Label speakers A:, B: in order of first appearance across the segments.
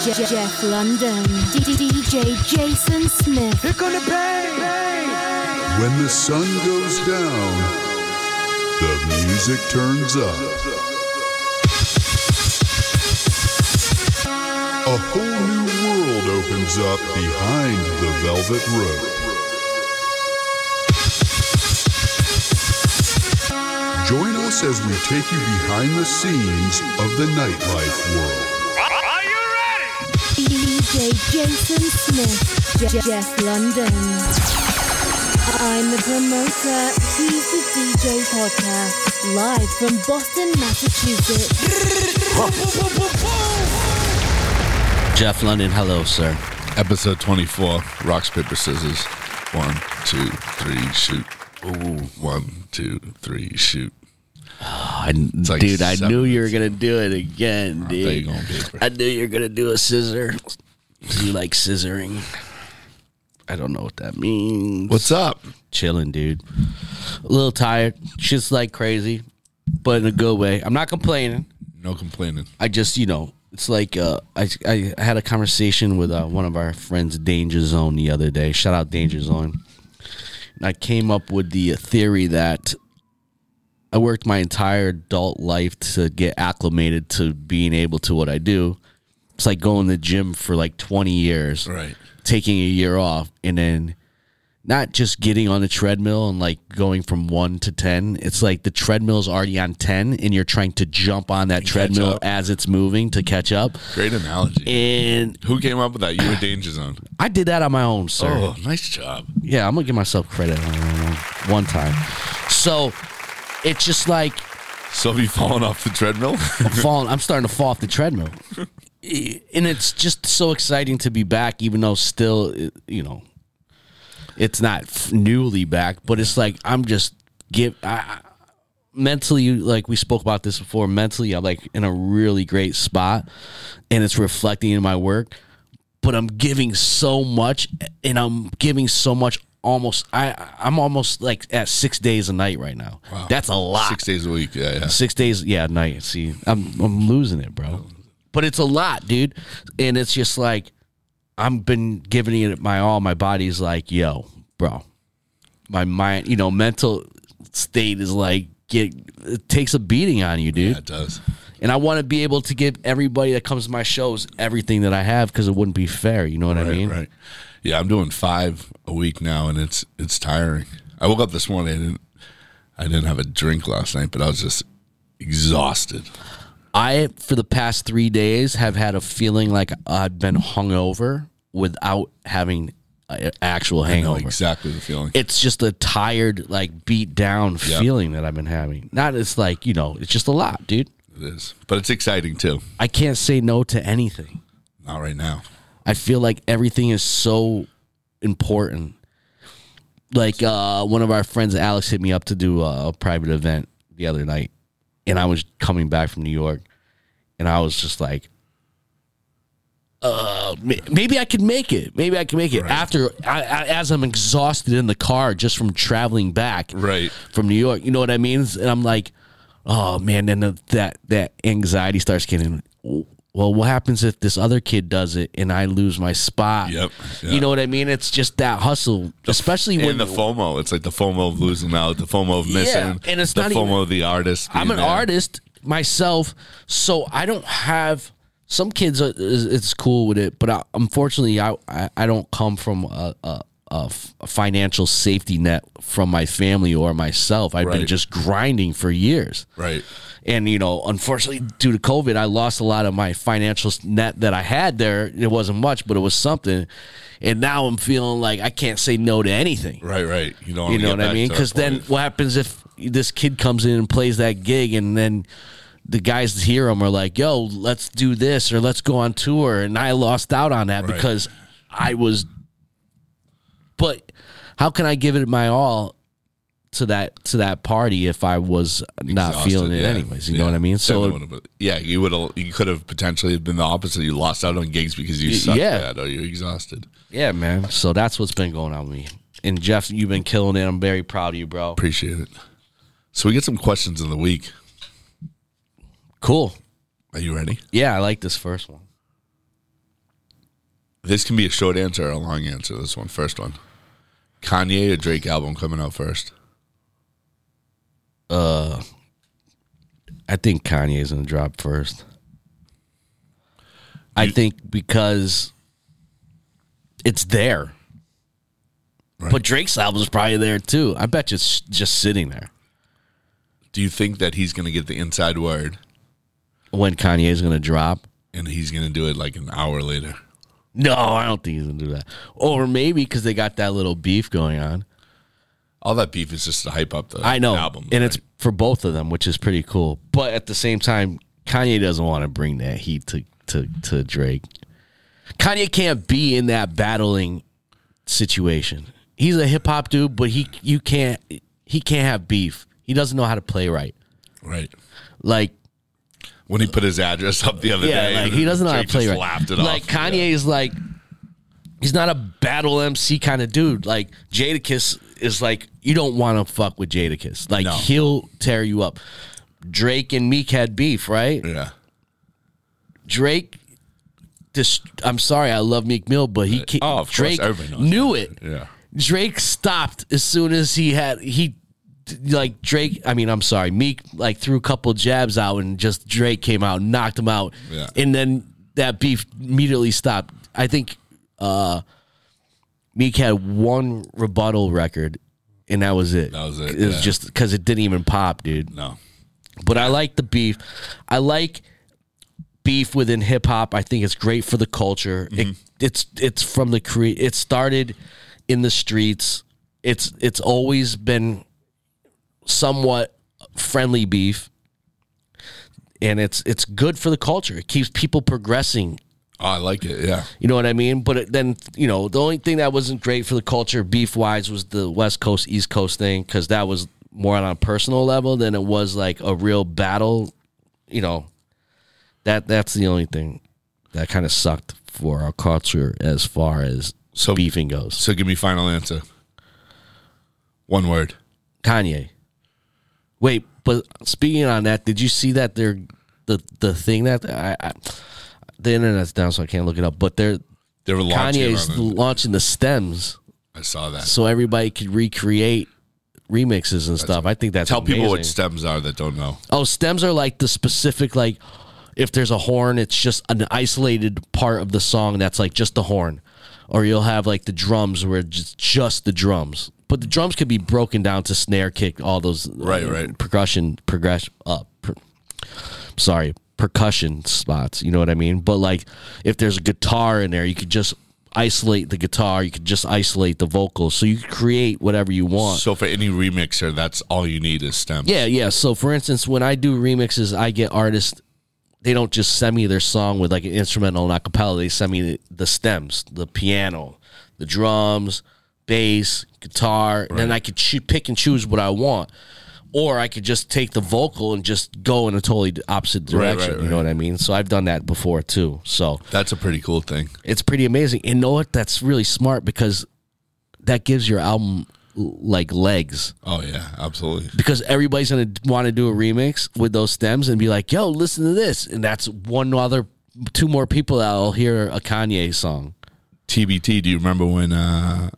A: Je- Jeff London, DJ Jason Smith.
B: Here come the bang, bang.
C: When the sun goes down, the music turns up. A whole new world opens up behind the velvet rope. Join us as we take you behind the scenes of the nightlife world.
D: Are you ready?
A: DJ Jason Smith. Je- Jeff London. I'm the promoter. He's the DJ podcast. Live from Boston, Massachusetts.
E: Jeff London, hello, sir. Oh,
F: Episode 24 Rocks, Paper, Scissors. One, two, three, shoot. Ooh, one, two, three, shoot.
E: I,
F: like
E: dude, I
F: seven
E: knew you were gonna do it again,
F: I thought you
E: dude.
F: were gonna be there.
E: I knew you were gonna do a scissor. You like scissoring? I don't know what that means.
F: What's up?
E: chilling, dude? A little tired. Shit's like crazy, but in a good way. I'm not complaining.
F: No complaining.
E: I just, you know, it's like uh, I I had a conversation with uh, one of our friends, Danger Zone, the other day. Shout out Danger Zone. And I came up with the theory that I worked my entire adult life to get acclimated to being able to what I do. It's like going to the gym for like 20 years
F: Right.
E: taking a year off and then not just getting on the treadmill and like going from one to 10. It's like the treadmill's already on 10 and you're trying to jump on that treadmill
F: up.
E: as it's moving to catch up.
F: Great analogy.
E: And
F: Who came up with that? You were Danger Zone.
E: I did that on my own, sir.
F: Oh, nice job.
E: Yeah, I'm going to give myself credit on that one one time. So it's just like
F: So have you fallen off the treadmill?
E: falling. I'm starting to fall off the treadmill. And it's just so exciting to be back, even though still, it- you know, it's not f- newly back, but it's like I'm just give I, I- mentally, like we spoke about this before. Mentally, I'm like in a really great spot, and it's reflecting in my work. But I'm giving so much, and I'm giving so much. Almost, I I'm almost like at six days a night right now. That's a lot
F: Six days a week. Yeah, yeah.
E: six days yeah night see i'm i'm losing it bro but it's a lot dude and it's just like i've been giving it my all my body's like yo bro my mind you know mental state is like get it takes a beating on you dude
F: Yeah, it does.
E: and i want to be able to give everybody that comes to my shows everything that i have because it wouldn't be fair you know what i
F: Right,
E: mean
F: right. Yeah, I'm doing five a week now, and it's it's tiring. I woke up this morning. I didn't I didn't have a drink last night, but I was just exhausted.
E: I, for the past three days, have had a feeling like I've been hungover without having an actual
F: I know
E: hangover.
F: exactly the feeling.
E: It's just a tired, like beat down
F: Yeah.
E: feeling that I've been having. Not it's like you know, it's just a lot, dude.
F: It is, but it's exciting too.
E: I can't say no to anything.
F: Not right now.
E: I feel like everything is so important. Like uh, one of our friends, Alex, hit me up to do a, a private event the other night, and I was coming back from New York, and I was just like, "Uh, ma- maybe I could make it. Maybe I could make it." After, I, I, as I'm exhausted in the car just from traveling back,
F: Right.
E: from New York. You know what I mean? And I'm like, oh man, then the, that that anxiety starts getting. Well, what happens if this other kid does it and I lose my spot?
F: Yep, yeah.
E: You know what I mean? It's just that hustle, especially when
F: and the FOMO. It's like the FOMO of losing out, the FOMO of missing,
E: Yeah, and it's
F: the
E: not
F: FOMO
E: even-
F: of the artist.
E: I'm
F: being
E: an
F: there.
E: artist myself, so I don't have. Some kids, are, is- it's cool with it, but I, unfortunately, I, I I don't come from a, a, a f- a financial safety net from my family or myself. I've been
F: Right.
E: just grinding for years.
F: Right.
E: and you know unfortunately due to covid i lost a lot of my financial net that i had there it wasn't much but it was something and now i'm feeling like i can't say no to anything
F: Right, right. You know,
E: you know what i mean because then what happens if this kid comes in and plays that gig and then the guys that hear him are like yo let's do this or let's go on tour and i lost out on that
F: Right.
E: because i was but how can i give it my all to that to that party if i was not feeling it anyways you know what i mean so
F: So yeah, you would have. You could have potentially been the opposite. You lost out on gigs because you
E: Y-
F: suck
E: yeah.
F: bad or you're exhausted.
E: Yeah, man. So that's what's been going on with me. And Jeff, you've been killing it. I'm very proud of you, bro.
F: Appreciate it. So we get some questions of the week.
E: Cool.
F: Are you ready?
E: Yeah, I like this first one.
F: This can be a short answer or a long answer. This one, first one. Kanye or Drake album coming out first?
E: I think Kanye's gonna drop first. I
F: You-
E: think because it's there,
F: Right.
E: but Drake's album's probably there too. I bet you it's just sitting there.
F: Do you think that he's going to get the inside word
E: When Kanye's gonna drop?
F: and he's going to do it like an hour later?
E: No, I don't think he's gonna do that. Or maybe because they got that little beef going on.
F: All that beef is just to hype up the
E: I know,
F: album.
E: and it's
F: right?
E: for both of them, which is pretty cool. But at the same time, Kanye doesn't want to bring that heat to to to Drake. Kanye can't be in that battling situation. He's a hip hop dude, but he you can't he can't have beef. He doesn't know how to play right.
F: right.
E: Like
F: When he put his address up the other
E: yeah,
F: day,
E: like
F: and
E: he doesn't know how to
F: Drake
E: play
F: just
E: right.
F: Laughed it
E: like
F: off.
E: Kanye is like he's not a battle MC kind of dude. Like Jadakiss is like you don't want to fuck with Jadakiss. Like
F: No.
E: he'll tear you up. Drake and Meek had beef, right?
F: Yeah. yeah.
E: Drake. This, I'm sorry, I love Meek Mill, but he can't,
F: Oh, of course,
E: Drake
F: everybody knows
E: knew it.
F: Yeah.
E: Drake stopped as soon as he had he like Drake. I mean, I'm sorry, Meek like threw a couple jabs out and just Drake came out, knocked him out,
F: Yeah.
E: and then that beef immediately stopped. I think uh Meek had one rebuttal record, and that was it.
F: That was it,
E: It was
F: yeah.
E: just because it didn't even pop, dude.
F: No.
E: But I like the beef. I like beef within hip hop. I think it's great for the culture. It, it's it's from the cre. It started in the streets. It's it's always been somewhat friendly beef, and it's it's good for the culture. It keeps people progressing.
F: Oh, I like it. Yeah.
E: You know what I mean? But it, then you know the only thing that wasn't great for the culture beef wise was the West Coast East Coast thing because that was more on a personal level than it was like a real battle. You know, that that's the only thing that kind of sucked for our culture as far as
F: So-
E: beefing goes.
F: So give me final answer. One word.
E: Kanye. Wait, but speaking on that, did you see that they're the the thing that I, I the internet's down, so I can't look it up. But they're
F: They were launching
E: Kanye's
F: on it.
E: launching the stems.
F: I saw that.
E: so everybody could recreate remixes and stuff. I think that's
F: Tell people what
E: amazing.
F: stems are that don't know.
E: Oh, stems are like the specific like if there's a horn, it's just an isolated part of the song that's like just the horn. Or you'll have like the drums where it's just, just the drums. But the drums could be broken down to snare kick, all those uh,
F: Right, right.
E: percussion progression up. sorry, percussion spots, you know what I mean? But like if there's a guitar in there, you could just isolate the guitar, you could just isolate the vocals. So you could create whatever you want.
F: So for any remixer, that's all you need is stems.
E: Yeah, yeah. So for instance, when I do remixes, I get artists. They don't just send me their song with like an instrumental and acapella. They send me the, the stems, the piano, the drums, bass, guitar, and then I could choo- pick and choose what I want, or I could just take the vocal and just go in a totally opposite
F: right,
E: direction. You know what I mean? So I've done that before too. So
F: That's a pretty cool thing.
E: it's pretty amazing. And know what? That's really smart because that gives your album l- like legs
F: Oh yeah, absolutely.
E: because everybody's gonna want to do a remix with those stems and be like, "Yo, listen to this," and that's one other, two more people that'll hear a Kanye song.
F: TBT, do you remember when uh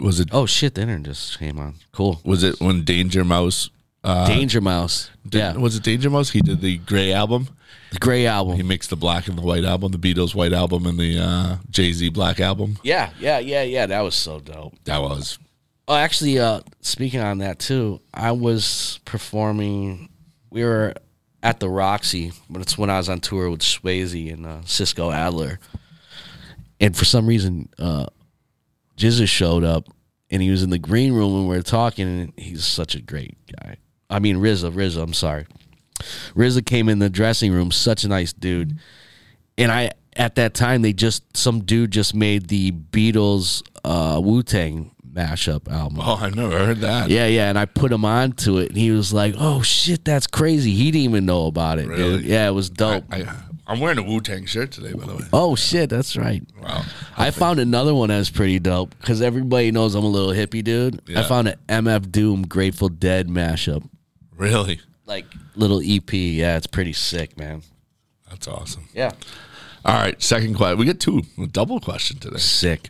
F: was it
E: Oh shit, the internet just came on. Cool,
F: was it when Danger Mouse
E: Danger Mouse.
F: did,
E: yeah,
F: was it Danger Mouse? He did the Grey album.
E: the Gray
F: He
E: album.
F: mixed the black and the white album, the Beatles white album and the uh Jay-Z black album.
E: Yeah, yeah, yeah, yeah. That was so dope.
F: That was
E: Oh, actually, uh, speaking on that too, I was performing. We were at the Roxy, but it's when I was on tour with Swayze and uh, Cisco Adler. And for some reason, uh, Jizza showed up, and he was in the green room when we were talking. And he's such a great guy. I mean, RZA, RZA. I'm sorry, RZA came in the dressing room. Such a nice dude. And I at that time they just some dude just made the Beatles uh, Wu Tang mashup album.
F: Oh, I've never heard that.
E: Yeah, yeah. And I put him on to it, and he was like, "Oh shit, that's crazy." He didn't even know about it. dude.
F: Really?
E: Yeah, it was dope.
F: I, I'm wearing a Wu Tang shirt today, by the way.
E: oh shit, that's right.
F: Wow.
E: I found another one that's pretty dope because everybody knows I'm a little hippie dude. I
F: Yeah.
E: found an MF Doom Grateful Dead mashup, E
F: Really?
E: like little EP. Yeah, it's pretty sick, man.
F: That's awesome.
E: Yeah.
F: All right, second question. We get two, a double question today.
E: Sick.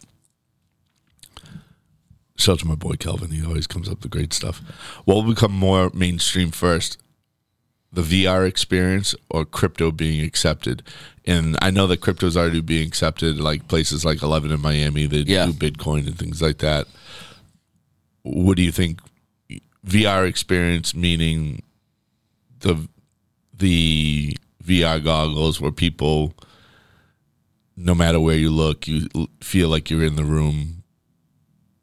F: Shout out to my boy Kelvin. He always comes up with great stuff. What will become more mainstream first? The VR experience or crypto being accepted? And I know that crypto's already being accepted, like places like Eleven in Miami, they
E: Yeah.
F: do Bitcoin and things like that. What do you think VR experience meaning the the VR goggles where people no matter where you look, you l- feel like you're in the room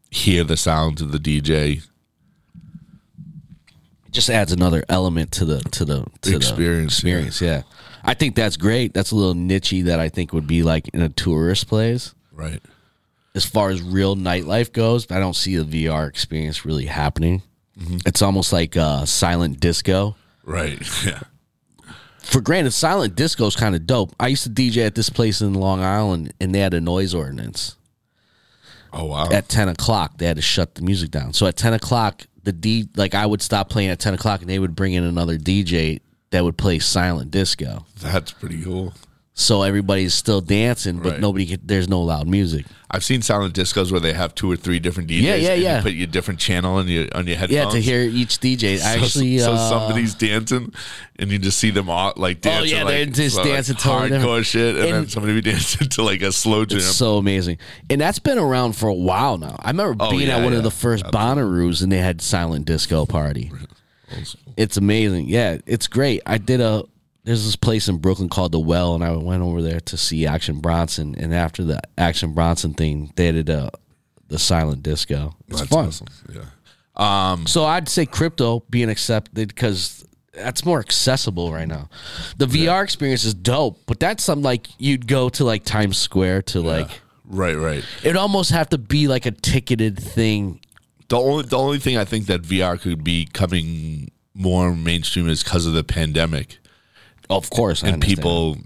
F: hear the sounds of the DJ
E: It just adds another element to the to the to
F: Experience,
E: The experience, yeah. I think that's great. That's a little nichey that I think would be like in a tourist place.
F: right
E: As far as real nightlife goes, I don't see a VR experience really happening. It's almost like uh, silent disco.
F: right yeah
E: for granted, silent disco is kind of dope. I used to DJ at this place in Long Island, and they had a noise ordinance.
F: oh wow
E: At ten o'clock, they had to shut the music down. So at ten o'clock, the D like I would stop playing at ten o'clock, and they would bring in another DJ that would play silent disco.
F: that's pretty cool
E: So everybody's still dancing, but
F: Right.
E: nobody could, there's no loud music.
F: i've seen silent discos where they have two or three different djs
E: Yeah, yeah,
F: and
E: yeah.
F: you put your different channel on your on your headphones
E: Yeah, to hear each DJ. I
F: So-
E: actually,
F: so,
E: uh, Oh,
F: somebody's dancing, and you just see them all like dancing.
E: yeah,
F: like,
E: they're just
F: like,
E: dancing to all different-
F: hardcore shit, and, then
E: And-
F: somebody be dancing to like a slow jam.
E: It's so amazing. And that's been around for a while now. I remember
F: Oh,
E: being at
F: yeah,
E: one
F: yeah.
E: of the first Bonnaroos and they had silent disco party. It's amazing. Yeah, it's great. I did a there's this place in Brooklyn called The Well and I went over there to see Action Bronson and after the Action Bronson thing, they did a the silent disco. It's
F: That's
E: fun.
F: awesome. Yeah,
E: So I'd say crypto being accepted because that's more accessible right now. The VR experience is dope, but that's something like you'd go to like Times Square to like
F: right, right.
E: It'd almost have to be like a ticketed thing.
F: The only the only thing I think that VR could be coming more mainstream is because of the pandemic.
E: Of course, I
F: and
E: understand.
F: people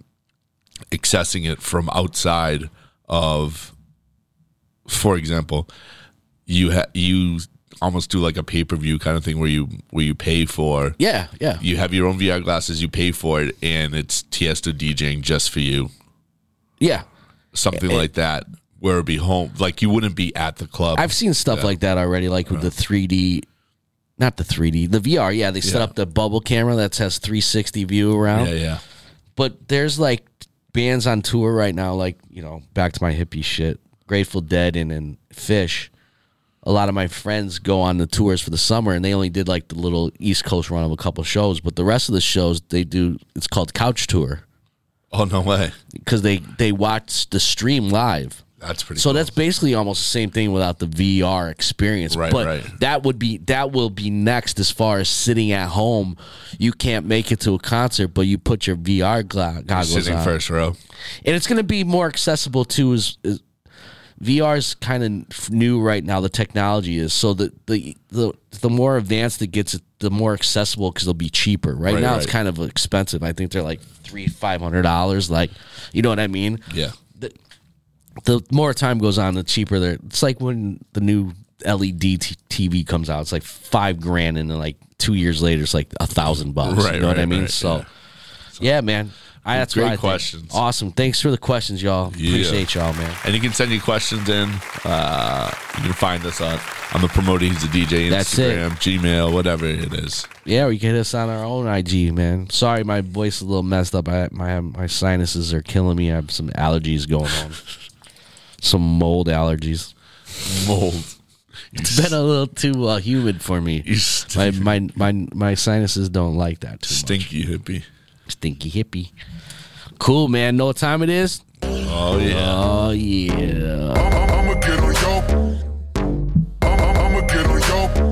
F: accessing it from outside of for example you ha- you almost do like a pay-per-view kind of thing where you where you pay for
E: Yeah, yeah,
F: you have your own VR glasses you pay for it and it's Tiesto DJing just for you
E: yeah.
F: something like that where it'd be home like you wouldn't be at the club
E: I've seen stuff like that already, like with the 3D, not the 3D, the VR. Yeah, they set
F: Yeah.
E: up the bubble camera that has 360 view around.
F: yeah yeah
E: But there's like bands on tour right now, like you know, back to my hippie shit, Grateful Dead and and Fish. A lot of my friends go on the tours for the summer, and they only did like the little East Coast run of a couple shows. But the rest of the shows they do, it's called couch tour.
F: oh no way
E: because they they watch the stream live.
F: that's pretty
E: So
F: cool.
E: that's basically almost the same thing without the VR experience.
F: Right,
E: but
F: right.
E: that would be that will be next as far as sitting at home. You can't make it to a concert, but you put your VR gla- goggles
F: sitting
E: on,
F: first row
E: and it's going to be more accessible too. Is, is VR's kind of new right now. The technology is so the the the, the more advanced it gets, the more accessible because they'll be cheaper. Right,
F: Right,
E: now, it's
F: right.
E: kind of expensive. I think they're like three five hundred dollars. Like, you know what I mean?
F: yeah
E: the more time goes on, the cheaper they're. It's like when the new LED t- TV comes out, it's like five grand, and then like two years later, it's like a thousand bucks.
F: Right,
E: you know what I
F: right,
E: mean?
F: right,
E: so,
F: yeah.
E: yeah, man. I, that's
F: Great
E: what I think.
F: questions.
E: Awesome. Thanks for the questions, y'all.
F: Yeah.
E: Appreciate y'all, man.
F: And you can send your questions in. Uh, you can find us on on the promoter. He's a DJ.
E: That's it.
F: Instagram, Gmail, whatever it is.
E: Yeah, we can hit us on our own IG, man. Sorry, my voice is a little messed up. I my my sinuses are killing me. I have some allergies going on. some mold allergies.
F: Mold.
E: It's been a little too uh, humid for me.
F: You st-
E: my my my my sinuses don't like that too
F: stinky hippie.
E: much. Stinky hippie. Cool, man. Know what time it is?
F: Oh yeah.
E: Oh yeah.
G: I'ma get on yo. I'ma get on yo.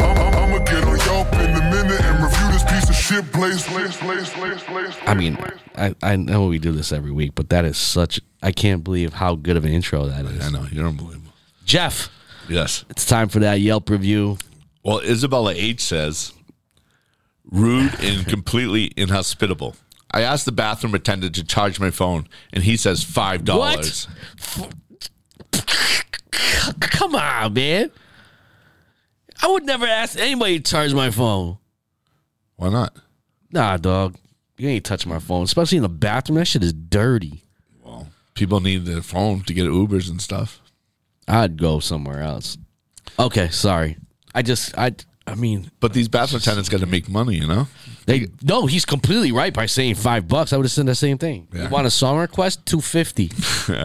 G: I'ma get on yo in a minute and review this piece of shit. Blaze, blaze, blaze, blaze, blaze.
E: I mean, I I know we do this every week, but that is such. I can't believe how good of an intro that
F: I
E: is.
F: know you're unbelievable.
E: Jeff,
F: Yes.
E: it's time for that Yelp review.
F: Well, Isabella H says, rude and completely inhospitable. I asked the bathroom attendant to charge my phone, and he says five dollars.
E: C- Come on, man. I would never ask anybody to charge my phone.
F: Why not?
E: Nah, dog. You ain't touching my phone, especially in the bathroom. That shit is dirty.
F: Well, people need their phone to get Ubers and stuff.
E: I'd go somewhere else. Okay, sorry. I just I I mean
F: But these bathroom attendants got to make money, you know.
E: they no. He's completely right by saying five bucks. I would have said the same thing.
F: Yeah.
E: You want a song request? Two fifty,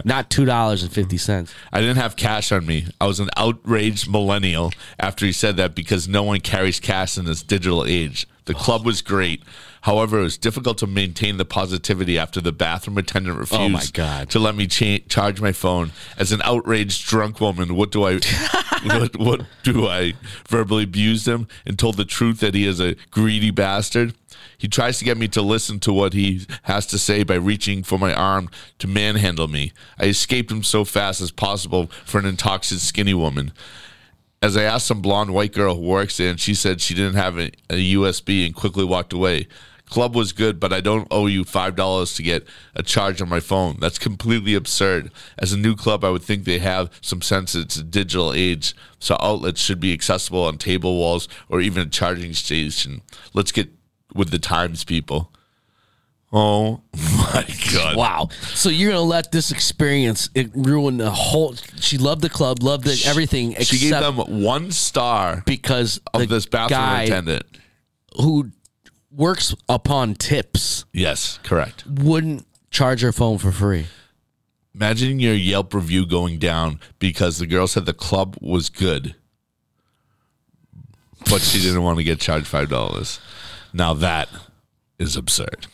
E: not two dollars and fifty cents.
F: I didn't have cash on me. I was an outraged millennial after he said that because no one carries cash in this digital age. The club was great. However, it was difficult to maintain the positivity after the bathroom attendant refused
E: Oh, my God.
F: to let me cha- charge my phone. As an outraged drunk woman, what do I what, what do I verbally abuse him and told the truth that he is a greedy bastard? He tries to get me to listen to what he has to say by reaching for my arm to manhandle me. I escaped him so fast as possible for an intoxicated skinny woman. As I asked some blonde white girl who works there, and she said she didn't have a, a USB and quickly walked away. Club was good, but I don't owe you $5 to get a charge on my phone. That's completely absurd. As a new club, I would think they have some sense it's a digital age, so outlets should be accessible on table walls or even a charging station. Let's get with the times, people. Oh my God.
E: Wow. So you're gonna let this experience it ruin the whole? She loved the club, loved the, everything
F: She
E: except
F: gave them one star
E: because
F: of
E: the
F: this bathroom
E: guy
F: attendant.
E: who works upon tips
F: Yes, correct.
E: wouldn't charge her phone for free.
F: Imagine your Yelp review going down because the girl said the club was good, but she didn't want to get charged five dollars. Now that is absurd.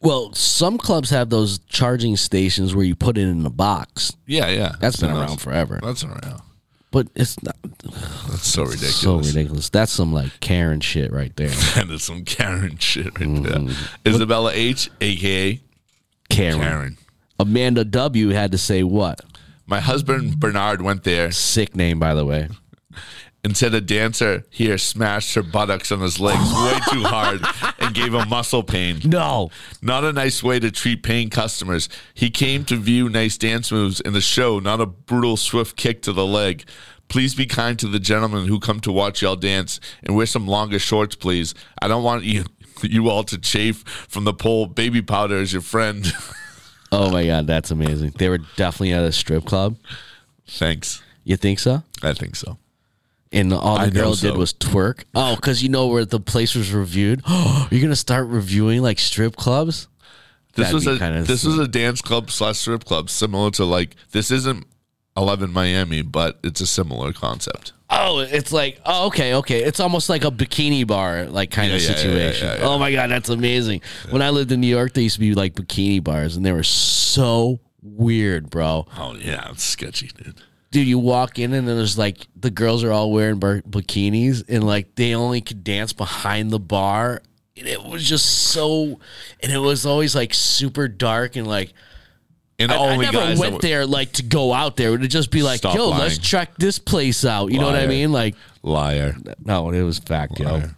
E: Well, some clubs have those charging stations where you put it in a box.
F: Yeah, yeah,
E: That's been
F: No,
E: around forever.
F: That's around.
E: But it's not
F: That's
E: so
F: so ridiculous.
E: ridiculous. That's some like Karen shit right there.
F: That is some Karen shit right there.
E: Mm-hmm.
F: Isabella H, aka
E: Karen.
F: Karen.
E: Amanda W had to say what?
F: My husband Bernard went there
E: Sick name, by the way.
F: and said a dancer here smashed her buttocks on his legs way too hard and gave him muscle pain.
E: No.
F: Not a nice way to treat paying customers. He came to view nice dance moves in the show, not a brutal swift kick to the leg. Please be kind to the gentlemen who come to watch y'all dance and wear some longer shorts, please. I don't want you you all to chafe from the pole. Baby powder is your friend.
E: Oh my god, that's amazing. They were definitely at a strip club.
F: Thanks.
E: You think so?
F: I think so.
E: And all the
F: I know
E: girl
F: so.
E: did was twerk. Oh, because you know where the place was reviewed. You're gonna start reviewing like strip clubs.
F: This
E: That'd
F: was
E: be
F: a
E: kinda
F: this was a dance club slash strip club, similar to like this isn't Eleven Miami, but it's a similar concept.
E: Oh, it's like oh, okay, okay. It's almost like a bikini bar, like kind of
F: Yeah, yeah, yeah,
E: situation.
F: yeah, yeah, yeah.
E: Oh my god, that's amazing. When I lived in New York, there used to be like bikini bars, and they were so weird, bro.
F: Oh yeah, it's sketchy, dude.
E: Dude, you walk in and then there's like the girls are all wearing bar- bikinis, and like they only could dance behind the bar, and it was just so, and it was always like super dark and like.
F: And
E: I, I
F: only
E: never
F: guys that
E: went
F: were-
E: there like to go out there. It would just be like,
F: Stop
E: yo, let's
F: lying.
E: check this place out. You know what I
F: Liar.
E: mean? Like,
F: Liar.
E: no, it was fact, yo.
F: Liar.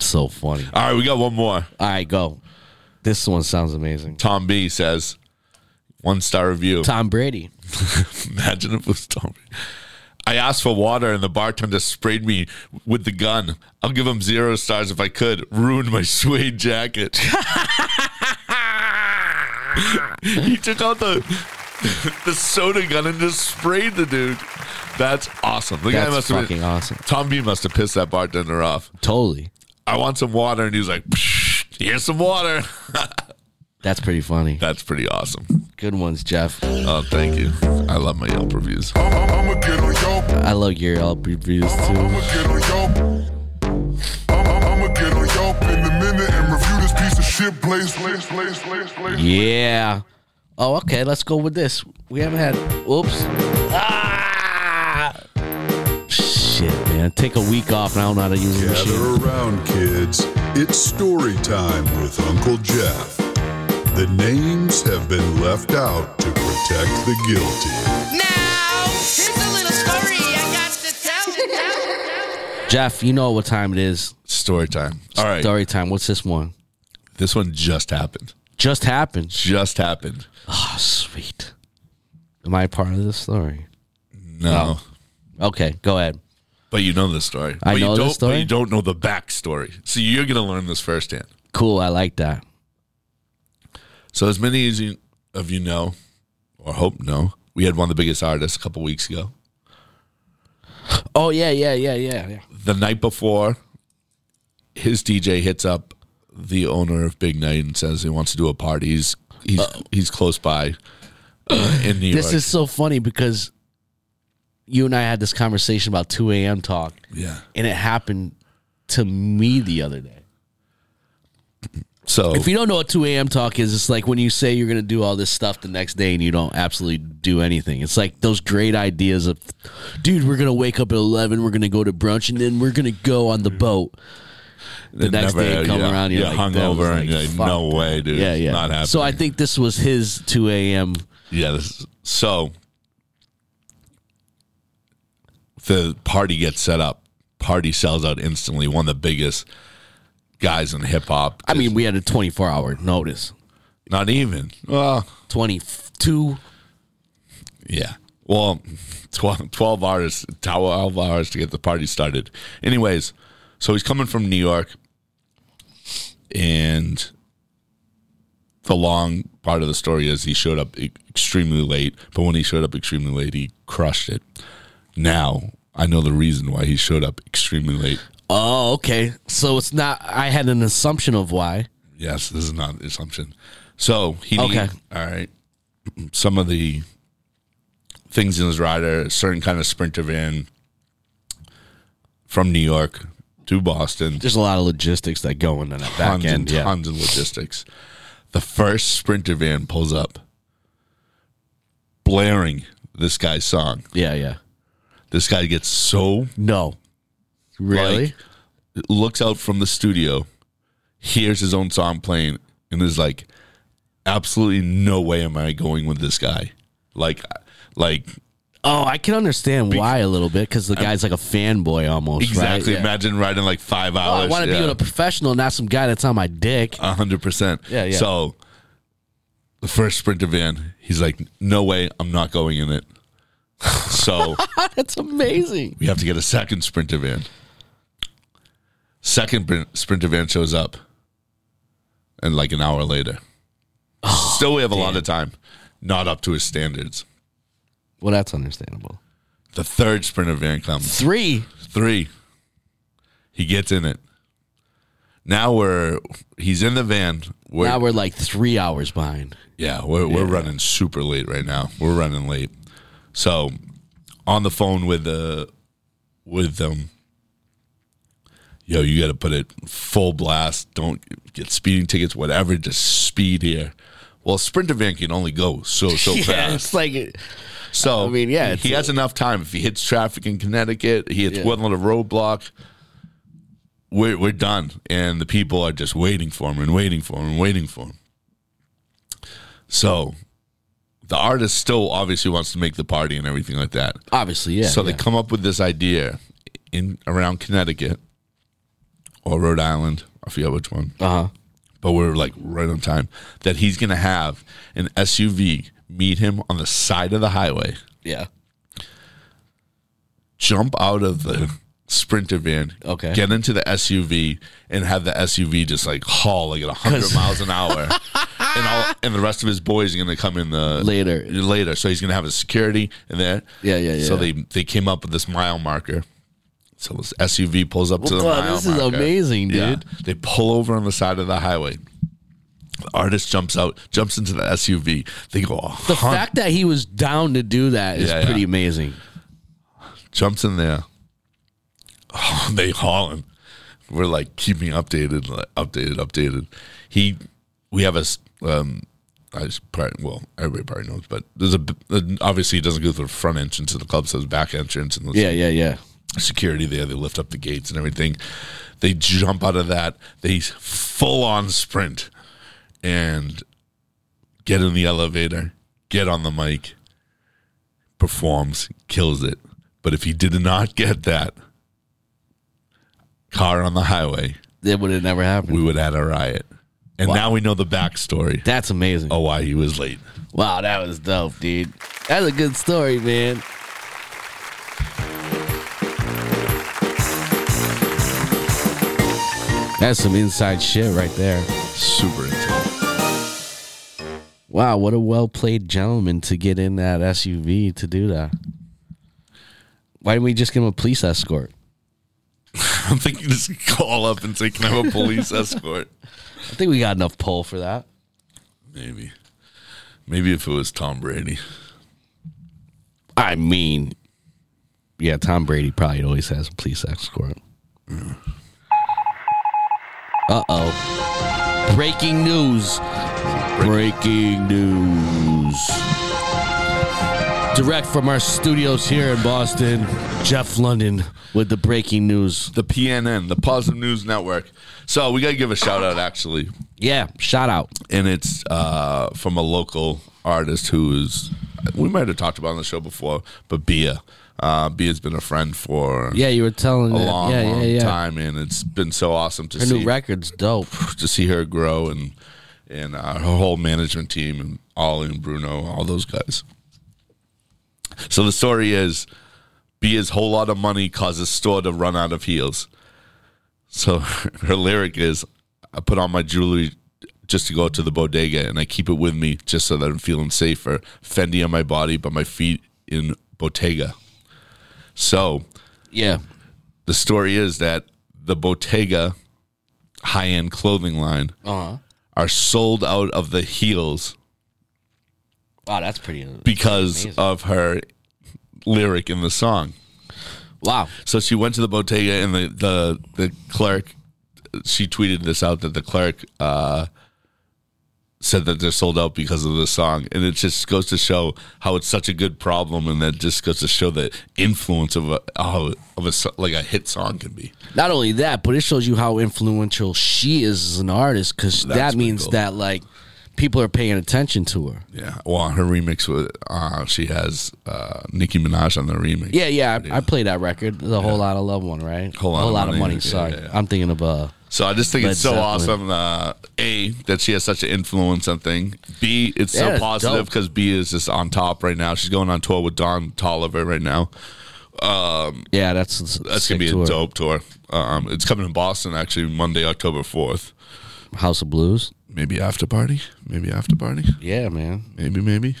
E: So funny.
F: All right, we got one more.
E: All right, go. This one sounds amazing.
F: Tom B says, one star review.
E: Tom Brady.
F: Imagine if it was Tom B. I asked for water and the bartender sprayed me with the gun. I'll give him zero stars if I could. Ruined my suede jacket. he took out the the soda gun and just sprayed the dude. That's awesome. The guy
E: That's
F: must have
E: fucking
F: been,
E: awesome.
F: Tom B must have pissed that bartender off.
E: Totally.
F: I want some water, and he's like, "Psh, "Here's some water."
E: That's pretty funny.
F: That's pretty awesome.
E: Good ones, Jeff.
F: Oh, thank you. I love my Yelp reviews.
G: I'm, I'm, I'ma get on Yelp.
E: I love your Yelp reviews
G: I'm,
E: too.
G: I'ma get on Yelp. I'm, I'm, I'ma get on Yelp in a minute and review this piece of shit place. place, place, place, place.
E: Yeah. Oh, okay. Let's go with this. We haven't had. Oops. Ah! Shit, man. Take a week off, and I don't know how to use the machine.
C: Gather around, kids. It's story time with Uncle Jeff. The names have been left out to protect the guilty.
H: Now, here's a little story I got to tell.
E: Jeff, you know what time it is.
F: Story time. All right.
E: Story time. What's this one?
F: This one just happened.
E: Just happened.
F: Just happened.
E: Oh, sweet. Am I part of this story?
F: No.
E: Okay, go ahead.
F: But you know this story.
E: I
F: but
E: know
F: you
E: this
F: don't,
E: story?
F: But you don't know the backstory. So you're going to learn this firsthand.
E: Cool. I like that.
F: So, as many as you, of you know, or hope know, we had one of the biggest artists a couple weeks ago.
E: Oh yeah, yeah, yeah, yeah, yeah.
F: The night before, his DJ hits up the owner of Big Night and says he wants to do a party. He's he's he's close by uh, in New
E: This
F: York.
E: is so funny because you and I had this conversation about two a.m. talk,
F: yeah.
E: and it happened to me the other day.
F: So
E: If you don't know what 2 a.m. talk is, it's like when you say you're going to do all this stuff the next day and you don't absolutely do anything. It's like those great ideas of, dude, we're going to wake up at 11, we're going to go to brunch, and then we're going to go on the boat. The
F: it
E: next
F: never-
E: day, come
F: yeah,
E: around, you're
F: yeah,
E: like, that was
F: hungover,
E: like,
F: and you're like,
E: fuck
F: no
E: that.
F: way, dude.
E: Yeah, yeah.
F: Not happening.
E: So I think this was his 2 a.m.
F: Yeah. This, so the party gets set up. Party sells out instantly. One of the biggest guys in hip hop.
E: I mean, we had a 24 hour notice.
F: not even. Well,
E: 22.
F: yeah. Well, 12, 12 hours, 12 hours to get the party started. Anyways, so he's coming from New York and the long part of the story is he showed up e- extremely late, but when he showed up extremely late, he crushed it. Now I know the reason why he showed up extremely late.
E: Oh, okay. So it's not, I had an assumption of why.
F: Yes, this is not an assumption. So he
E: Okay.
F: need- all right. Some of the things in his rider, a certain kind of sprinter van from New York to Boston.
E: There's a lot of logistics that go into that back
F: tons
E: end.
F: and
E: Yeah.
F: tons of logistics. The first sprinter van pulls up, blaring this guy's song.
E: yeah, yeah.
F: This guy gets so
E: No. Really?
F: like, looks out from the studio, hears his own song playing, and is like, absolutely no way am I going with this guy. Like, like
E: oh, I can understand why a little bit because the guy's like a fanboy almost. Right?
F: exactly.
E: Yeah.
F: Imagine riding like five
E: Well, I
F: hours.
E: want to be with a professional, not some guy that's on my dick.
F: a hundred percent.
E: Yeah, yeah.
F: So the first sprinter van, he's like, no way, I'm not going in it. So.
E: that's amazing.
F: we have to get a second sprinter van. Second brin- sprinter van shows up, and like an hour later, still we have a lot of time, not up to his standards.
E: Well, that's understandable.
F: The third sprinter van comes,
E: Three.
F: three. He gets in it. Now we're he's in the van. We're,
E: now we're like three hours behind.
F: Yeah, we're, we're running super late right now. We're running late. So, on the phone with the with them. Yo, you got to put it full blast. Don't get speeding tickets, whatever. Just speed here. Well, sprinter van can only go so so
E: yeah,
F: fast.
E: it's like
F: So
E: I mean, yeah,
F: he
E: it's-
F: has enough time. If he hits traffic in Connecticut, he hits
E: Yeah.
F: one little roadblock. We're we're done, and the people are just waiting for him and waiting for him and waiting for him. So, the artist still obviously wants to make the party and everything like that.
E: obviously, yeah.
F: so
E: yeah.
F: they come up with this idea in around Connecticut or Rhode Island. I forget which one
E: uh huh.
F: but we're like right on time that he's going to have an SUV meet him on the side of the highway,
E: Yeah.
F: jump out of the sprinter van,
E: Okay.
F: get into the SUV, and have the SUV just like haul like at 100 miles an hour. And, all, and the rest of his boys are going to come in the
E: Later.
F: Later, so he's going to have his security in there.
E: Yeah, yeah,
F: So
E: yeah.
F: they they came up with this mile marker. So this SUV pulls up to the
E: Wow,
F: mile
E: this is
F: marker.
E: amazing,
F: Yeah.
E: dude.
F: They pull over on the side of the highway. The artist jumps out, jumps into the SUV. They go, a
E: The
F: hun-
E: fact that he was down to do that is
F: Yeah, yeah.
E: pretty amazing.
F: jumps in there. Oh, they haul him. We're like, keep me updated, like, updated, updated. He, we have a, s- um, I s- probably, well, everybody probably knows, but there's a, b- obviously it doesn't go through the front entrance of the club, so there's back entrance and there's
E: Yeah, yeah, yeah.
F: security there. They lift up the gates and everything. They jump out of that. They full on sprint and get in the elevator, get on the mic, performs, kills it. But if he did not get that car on the highway,
E: That would have never happened.
F: we would have had a riot. And now we know the backstory
E: that's amazing.
F: of why he was late.
E: Wow, that was dope, dude. That's a good story, man. That's some inside shit right there.
F: Super intense.
E: Wow, what a well played gentleman to get in that SUV to do that. Why didn't we just give him a police escort?
F: I'm thinking just call up and say, "Can I have a police escort?"
E: I think we got enough pull for that.
F: Maybe, maybe if it was Tom Brady.
E: I mean, yeah, Tom Brady probably always has a police escort. Uh oh. Breaking news. Breaking news. Direct from our studios here in Boston, Jeff London with the breaking news.
F: The PNN, the Positive News Network. So we got to give a shout out, actually,
E: Yeah, shout out.
F: and it's uh, from a local artist who is we might have talked about on the show before, but Bia. Uh, Bia's been a friend for
E: Yeah, you were telling
F: a
E: that-
F: long,
E: yeah,
F: long
E: yeah, yeah.
F: time, and it's been so awesome to
E: Her
F: see
E: new record's dope.
F: to see her grow and and uh, her whole management team and Ollie and Bruno, all those guys. So the story is, Bia's whole lot of money causes store to run out of heels. So her lyric is, "I put on my jewelry just to go to the bodega, and I keep it with me just so that I'm feeling safer. Fendi on my body, but my feet in Bottega." So
E: Yeah.
F: the story is that the Bottega high end clothing line are sold out of the heels
E: Wow, that's pretty.
F: because of her lyric in the song.
E: Wow.
F: So she went to the Bottega and the, the, the clerk, she tweeted this out that the clerk uh, said that they're sold out because of the song. And it just goes to show how it's such a good problem. And that just goes to show the influence of a, of a, so- like a hit song can be.
E: Not only that, but it shows you how influential she is as an artist because that
F: That's pretty
E: means
F: cool.
E: that like people are paying attention to her.
F: Yeah. Well, her remix with uh, she has uh, Nicki Minaj on the remix.
E: Yeah, yeah. I, I play that record. The whole lot of love one, right?
F: Whole Lotta
E: whole lot of
F: Money,
E: money.
F: yeah,
E: sorry,
F: yeah, yeah.
E: I'm thinking of uh,
F: So I just think
E: Led
F: it's so
E: Zeppelin.
F: awesome. Uh, a that she has such an influence on thing. B it's
E: Yeah,
F: so
E: it's
F: positive
E: dope.
F: because B is just on top right now. She's going on tour with Don Tolliver right now.
E: yeah. That's
F: That's gonna be a dope tour. Um, it's coming in Boston actually Monday, October fourth.
E: House of Blues.
F: Maybe after party. Maybe after party.
E: Yeah, man.
F: Maybe maybe.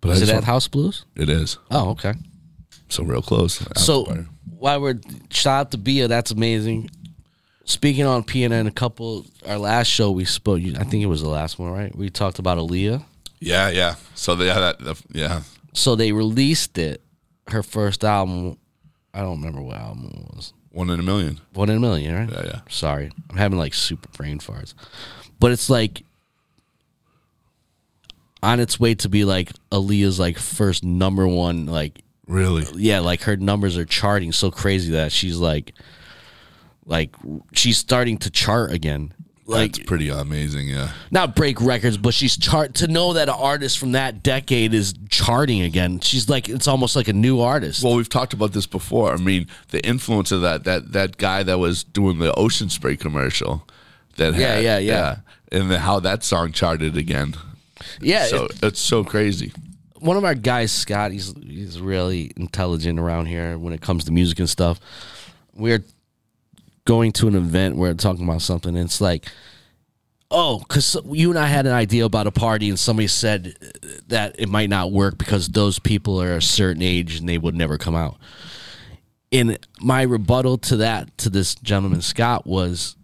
F: But
E: Is
F: I
E: it
F: just
E: at
F: want-
E: House Blues?
F: it is
E: Oh, okay.
F: so real close. after
E: so
F: party.
E: while we're shout out to Bia, that's amazing. Speaking on PNN, a couple our last show we spoke. I think it was the last one, right? We talked about Aaliyah.
F: yeah yeah. So they yeah, that the, yeah
E: So they released it, her first album. I don't remember what album it was.
F: one in a million.
E: One in a million, right?
F: Yeah, yeah.
E: Sorry, I'm having like super brain farts, but it's like on its way to be like Aaliyah's like first number one. Like
F: Really?
E: yeah, like her numbers are charting so crazy that she's like, like she's starting to chart again. Like
F: That's pretty amazing, yeah.
E: not break records, but she's chart to know that an artist from that decade is charting again. She's like it's almost like a new artist.
F: Well, we've talked about this before. I mean, the influence of that that that guy that was doing the ocean spray commercial that
E: Yeah,
F: had-
E: yeah, yeah.
F: and then how that song charted again.
E: yeah,
F: so
E: it-
F: it's so crazy.
E: one of our guys, Scott, he's he's really intelligent around here when it comes to music and stuff. We're going to an event where talking about something, and it's like, oh, because you and I had an idea about a party, and somebody said that it might not work because those people are a certain age and they would never come out. And my rebuttal to that to this gentleman Scott was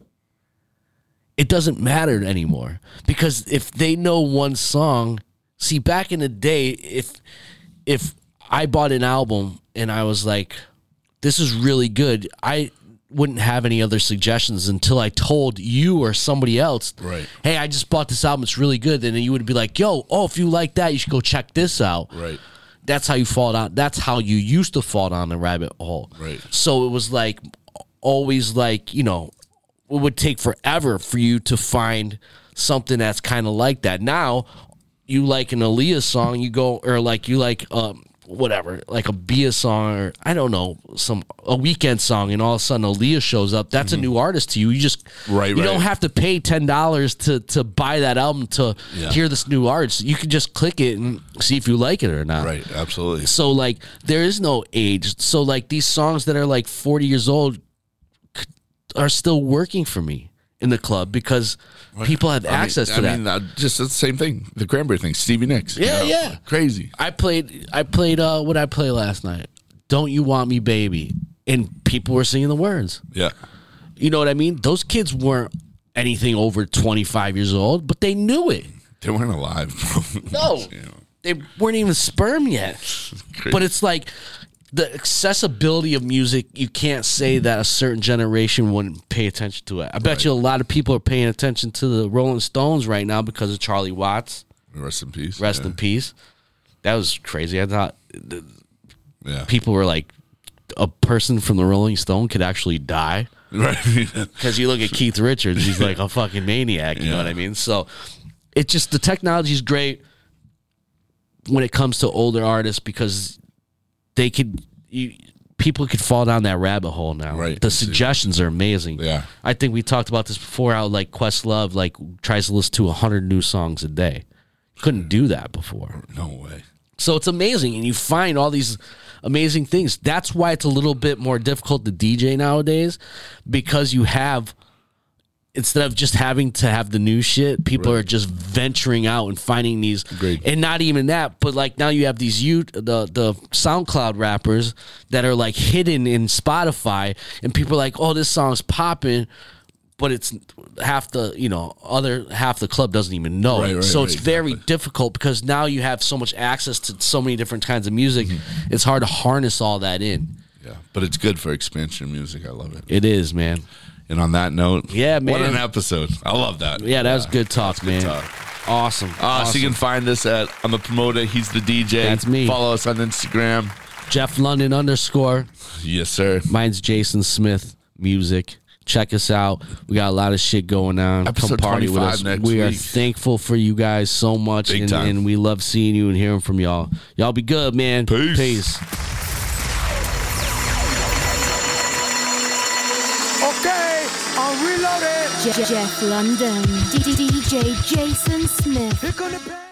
E: it doesn't matter anymore because if they know one song see back in the day if if i bought an album and i was like this is really good i wouldn't have any other suggestions until i told you or somebody else
F: Right.
E: hey i just bought this album it's really good and then you would be like yo oh if you like that you should go check this out
F: Right.
E: that's how you fall down. That's how you used to fall down the rabbit hole.
F: Right.
E: So it was like always like, you know, it would take forever for you to find something that's kind of like that. Now you like an Aaliyah song, you go or like you like um whatever, like a Bia song or I don't know, some a weekend song and all of a sudden Aaliyah shows up. That's a new artist to you. You just
F: Mm-hmm. Right,
E: you don't
F: right.
E: have to pay ten dollars to to buy that album to
F: Yeah.
E: hear this new artist. You can just click it and see if you like it or not.
F: Right, absolutely.
E: So like there is no age. So like these songs that are like 40 years old c- are still working for me. in the club because people have
F: I mean-
E: access
F: I
E: to that.
F: mean, uh, just the same thing. The cranberry thing. Stevie Nicks.
E: Yeah, yeah.
F: Crazy.
E: I played. I played. Uh, what I play last night? Don't you want me, baby? And people were singing the words.
F: Yeah.
E: You know what I mean? Those kids weren't anything over twenty five years old, but they knew it.
F: They weren't alive.
E: No,
F: You know,
E: they weren't even sperm yet.
F: crazy.
E: But it's like the accessibility of music. You can't say that a certain generation wouldn't pay attention to it. I bet you a lot of people are paying attention to the Rolling Stones right now because of Charlie Watts.
F: Rest in peace.
E: Rest
F: yeah.
E: in peace. That was crazy. I thought
F: Yeah.
E: people were like, a person from the Rolling Stone could actually die.
F: Right.
E: Because you look at Keith Richards, he's like a fucking maniac. You know
F: Yeah.
E: what I mean? So it's just the technology's great when it comes to older artists because they could you people could fall down that rabbit hole now.
F: Right.
E: The suggestions are amazing.
F: Yeah.
E: I think we talked about this before how like Questlove like tries to listen to hundred new songs a day. Couldn't do that before.
F: no way.
E: So it's amazing, and you find all these amazing things. That's why it's a little bit more difficult to DJ nowadays because you have instead of just having to have the new shit, people are just venturing out and finding these.
F: Agreed.
E: And not even that, but like now you have these you the the SoundCloud rappers that are like hidden in Spotify, and people are like, "Oh, this song's popping." But it's half the you know other half the club doesn't even know
F: Right,
E: it.
F: right,
E: so
F: right,
E: it's very difficult because now you have so much access to so many different kinds of music. It's hard to harness all that in.
F: Yeah. But it's good for expansion music. I love it.
E: It is, man.
F: And on that note,
E: Yeah,
F: What
E: man.
F: an episode. I love that.
E: Yeah, that was good talk, man. Awesome.
F: Uh, So
E: awesome.
F: you can find us at I'm the promoter. He's the DJ.
E: That's me.
F: Follow us on Instagram.
E: Jeff London underscore.
F: Yes, sir.
E: Mine's Jason Smith Music. Check us out. We got a lot of shit going on.
F: Episode
E: Come party with
F: 25
E: us.
F: next
E: we are
F: week.
E: thankful for you guys so much,
F: Big
E: and,
F: time.
E: and we love seeing you and hearing from y'all. Y'all be good, man.
F: Peace.
E: Peace.
B: Okay, I'm reloaded.
A: Je- Jeff London, DJ Jason Smith.
B: Here come the band.